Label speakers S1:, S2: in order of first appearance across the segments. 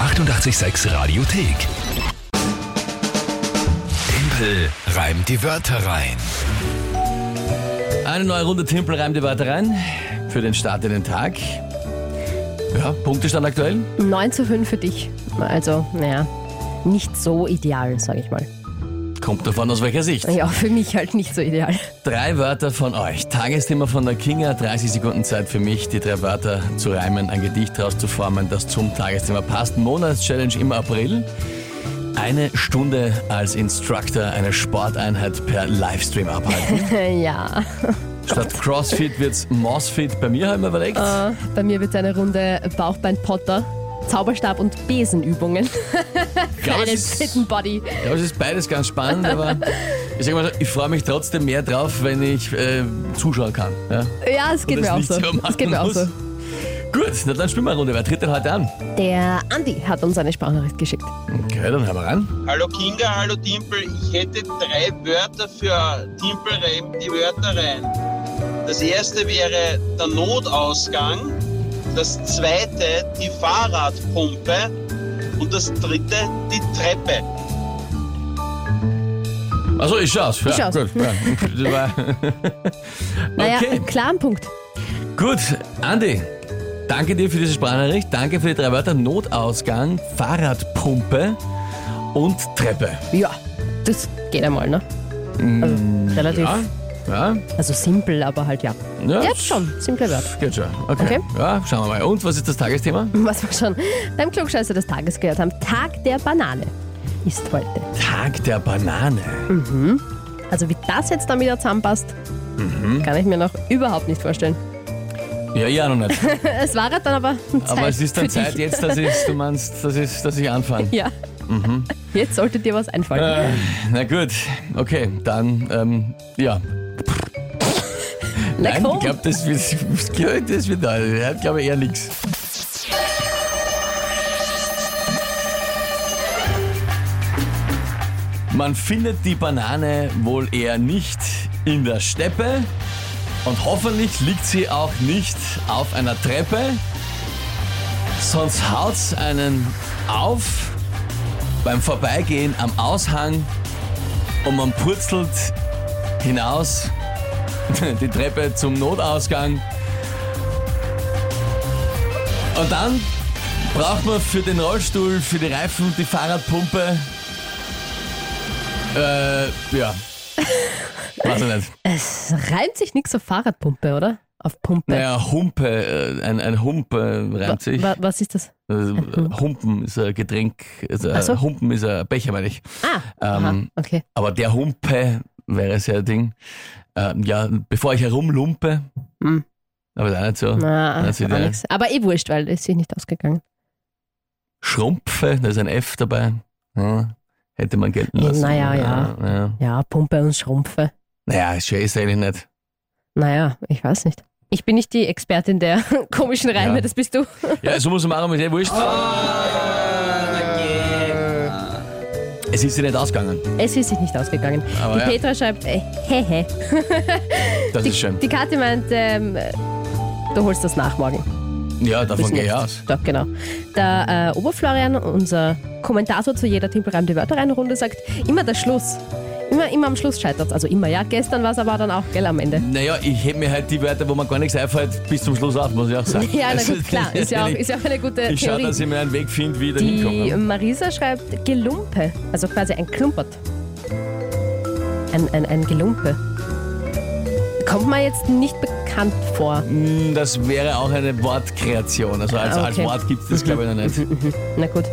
S1: 886 Radiothek. Tempel reimt die Wörter rein.
S2: Eine neue Runde Timpel reimt die Wörter rein für den Start in den Tag. Ja, Punktestand aktuell.
S3: 9 zu 5 für dich. Also, naja, nicht so ideal, sage ich mal.
S2: Kommt davon aus welcher Sicht.
S3: Ja, für mich halt nicht so ideal.
S2: Drei Wörter von euch. Tagesthema von der Kinga. 30 Sekunden Zeit für mich, die drei Wörter zu reimen, ein Gedicht daraus zu formen, das zum Tagesthema passt. Monatschallenge im April. Eine Stunde als Instructor eine Sporteinheit per Livestream abhalten.
S3: ja,
S2: Statt Crossfit wird's Mossfit. Bei mir haben wir überlegt.
S3: bei mir wird es eine Runde Bauchbein-Potter, Zauberstab und Besenübungen.
S2: Ich glaube, es
S3: Einen
S2: ist-
S3: fitten Body.
S2: Ja, aber es ist beides ganz spannend, aber ich sag mal so, ich freue mich trotzdem mehr drauf, wenn ich äh, zuschauen kann. Ja?
S3: Ja, es geht
S2: Und das
S3: mir auch
S2: nicht
S3: so.
S2: selber
S3: Es geht mir
S2: machen
S3: auch so.
S2: muss. Gut, na dann spielen wir eine Runde. Wer tritt denn heute an?
S3: Der Andi hat uns eine Sprachnachricht geschickt.
S2: Okay, dann hören wir ran.
S4: Hallo Kinga, hallo Timpel. Ich hätte drei Wörter für Timpel reimt die Wörter rein. Das erste wäre der Notausgang, das zweite die Fahrradpumpe und das dritte die Treppe.
S2: Also ich schaue Ja,
S3: Ich schau's.
S2: Gut, ja. Das war-
S3: Naja,
S2: Okay.
S3: klaren Punkt.
S2: gut, Andi, danke dir für diese Sprachnachricht. Danke für die drei Wörter. Notausgang, Fahrradpumpe und Treppe.
S3: Ja, das geht einmal, ne? Also, relativ,
S2: Mm, Ja, ja,
S3: also simpel, aber halt ja.
S2: ja.
S3: Ja, schon, simpler Wert.
S2: Geht schon. Okay.
S3: Okay.
S2: Ja, schauen wir mal. Und was ist das Tagesthema?
S3: Was wir schon beim Klugscheißer des Tages gehört haben. Tag der Banane ist heute.
S2: Tag der Banane.
S3: Also wie das jetzt dann wieder zusammenpasst,
S2: Mhm.
S3: kann ich mir noch überhaupt nicht vorstellen.
S2: Ja, ja, noch nicht.
S3: Es war halt dann aber Zeit
S2: Aber es ist dann
S3: für dich.
S2: Zeit jetzt, dass ich, du meinst, dass ich, dass ich anfange.
S3: Ja. Jetzt sollte dir was einfallen.
S2: Mhm. Äh, na gut, okay, dann, ähm, ja.
S3: Na
S2: Nein,
S3: komm.
S2: ich glaube, das wird, das wird, er hat, glaube ich, eher nichts. Man findet die Banane wohl eher nicht in der Steppe und hoffentlich liegt sie auch nicht auf einer Treppe, sonst haut's einen auf beim Vorbeigehen am Aushang und man purzelt hinaus die Treppe zum Notausgang. Und dann braucht man für den Rollstuhl, für die Reifen, die Fahrradpumpe. Äh, ja. Weiß ich nicht.
S3: Es reimt sich nichts auf Fahrradpumpe, oder? Auf Pumpe.
S2: Naja, Humpe, äh, ein, ein Humpe reimt sich.
S3: Wa- was ist das?
S2: Äh, Humpen ist ein Getränk, also
S3: Ach so.
S2: Humpen ist ein Becher, meine ich.
S3: Ah,
S2: Ähm,
S3: aha, okay.
S2: Aber der Humpe wäre sehr ein Ding. Ähm, ja, bevor ich herumlumpe,
S3: Hm.
S2: aber ist auch nicht so.
S3: Na,
S2: das ist
S3: war
S2: ja-
S3: nix. Aber eh wurscht, weil es ist sich nicht ausgegangen.
S2: Schrumpfe, da ist ein F dabei. Ja, hätte man gelten
S3: Ja,
S2: lassen.
S3: naja,
S2: ja. ja.
S3: Ja, Pumpe und Schrumpfe.
S2: Naja, ist schön ist eigentlich nicht.
S3: Naja, ich weiß nicht. Ich bin nicht die Expertin der komischen Reime,
S2: Ja.
S3: das bist du.
S2: Ja, so muss man machen, ist eh wurscht. Es ist ja nicht ausgegangen,
S3: Es ist sich nicht ausgegangen.
S2: Aber
S3: die
S2: ja.
S3: Petra schreibt, äh, hehe.
S2: das
S3: Die,
S2: ist schön.
S3: die Kathi meint, ähm, äh, du holst das nach morgen.
S2: Ja, davon
S3: Bis
S2: gehe ich aus.
S3: nächstes. Ja, genau. Der äh, Oberflorian, unser Kommentator zu jeder Timpelreim die Wörter rein Runde, sagt immer der Schluss. Immer, immer am Schluss scheitert Also immer, ja. Gestern war es aber dann auch, gell, am Ende.
S2: Naja, ich heb mir halt die Wörter, wo man gar nichts einfällt, bis zum Schluss auf, muss ich auch sagen.
S3: Ja, na
S2: Also,
S3: gut, klar. Ist ja auch, ist ja auch eine gute
S2: ich schaue,
S3: Theorie.
S2: dass ich mir einen Weg finde, wie ich da
S3: die
S2: hinkomme.
S3: Marisa schreibt Gelumpe. Also quasi ein Klumpert. Ein, ein, ein Gelumpe. Kommt mir jetzt nicht bekannt vor.
S2: Hm, Das wäre auch eine Wortkreation. Also als,
S3: Ah,
S2: als
S3: okay.
S2: Wort gibt es das, glaube ich, noch nicht.
S3: Na gut.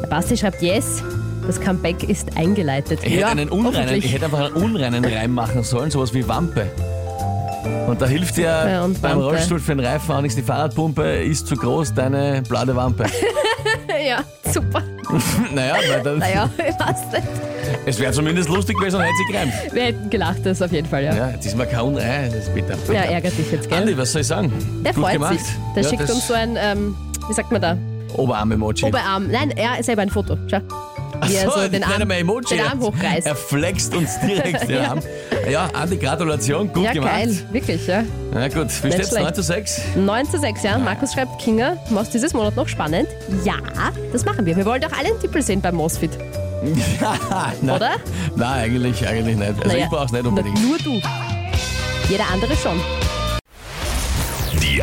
S3: Der Basti schreibt Yes. Das Comeback ist eingeleitet.
S2: Ich hätte,
S3: ja,
S2: einen unreinen,
S3: hoffentlich.
S2: ich hätte einfach einen unreinen Reim machen sollen, sowas wie Wampe. Und da hilft
S3: Wampe
S2: dir
S3: und
S2: beim
S3: Wampe.
S2: Rollstuhl für den Reifen auch nichts. Die Fahrradpumpe ist zu groß, deine blade Wampe.
S3: ja, super.
S2: naja, weil dann,
S3: Naja, ich weiß nicht.
S2: es wäre zumindest lustig gewesen und hätte sie gereimt.
S3: Wir hätten gelacht, das auf jeden Fall, ja.
S2: Ja, jetzt ist mir kein Unrein, das ist bitter.
S3: Ja, ärgert dich jetzt, gell?
S2: Andi, was soll ich sagen?
S3: Der
S2: Gut
S3: freut
S2: gemacht.
S3: sich. Der
S2: ja,
S3: schickt
S2: das
S3: uns so ein, ähm, wie sagt man da?
S2: Oberarm-Emoji.
S3: Oberarm. Nein, er selber ein Foto. Schau. wie er
S2: Achso,
S3: so den
S2: nein,
S3: Arm,
S2: mein Emoji.
S3: den Arm
S2: Er-
S3: hochreißt.
S2: Er flext uns direkt den Arm. Ja, Andi, Gratulation, gut
S3: Ja,
S2: gemacht.
S3: geil, wirklich, ja.
S2: Na gut, wie
S3: Nicht
S2: steht's?
S3: schlecht.
S2: 9 zu 6?
S3: 9 zu 6, ja. Markus schreibt, Kinga, machst dieses Monat noch spannend? Ja, das machen wir. Wir wollen doch alle einen Tippel sehen beim Mosfit,
S2: Ja, nein.
S3: oder?
S2: Nein, eigentlich, eigentlich nicht. Also
S3: Naja,
S2: ich brauch's nicht
S3: na,
S2: unbedingt.
S3: Nur du. Jeder andere schon.
S1: Die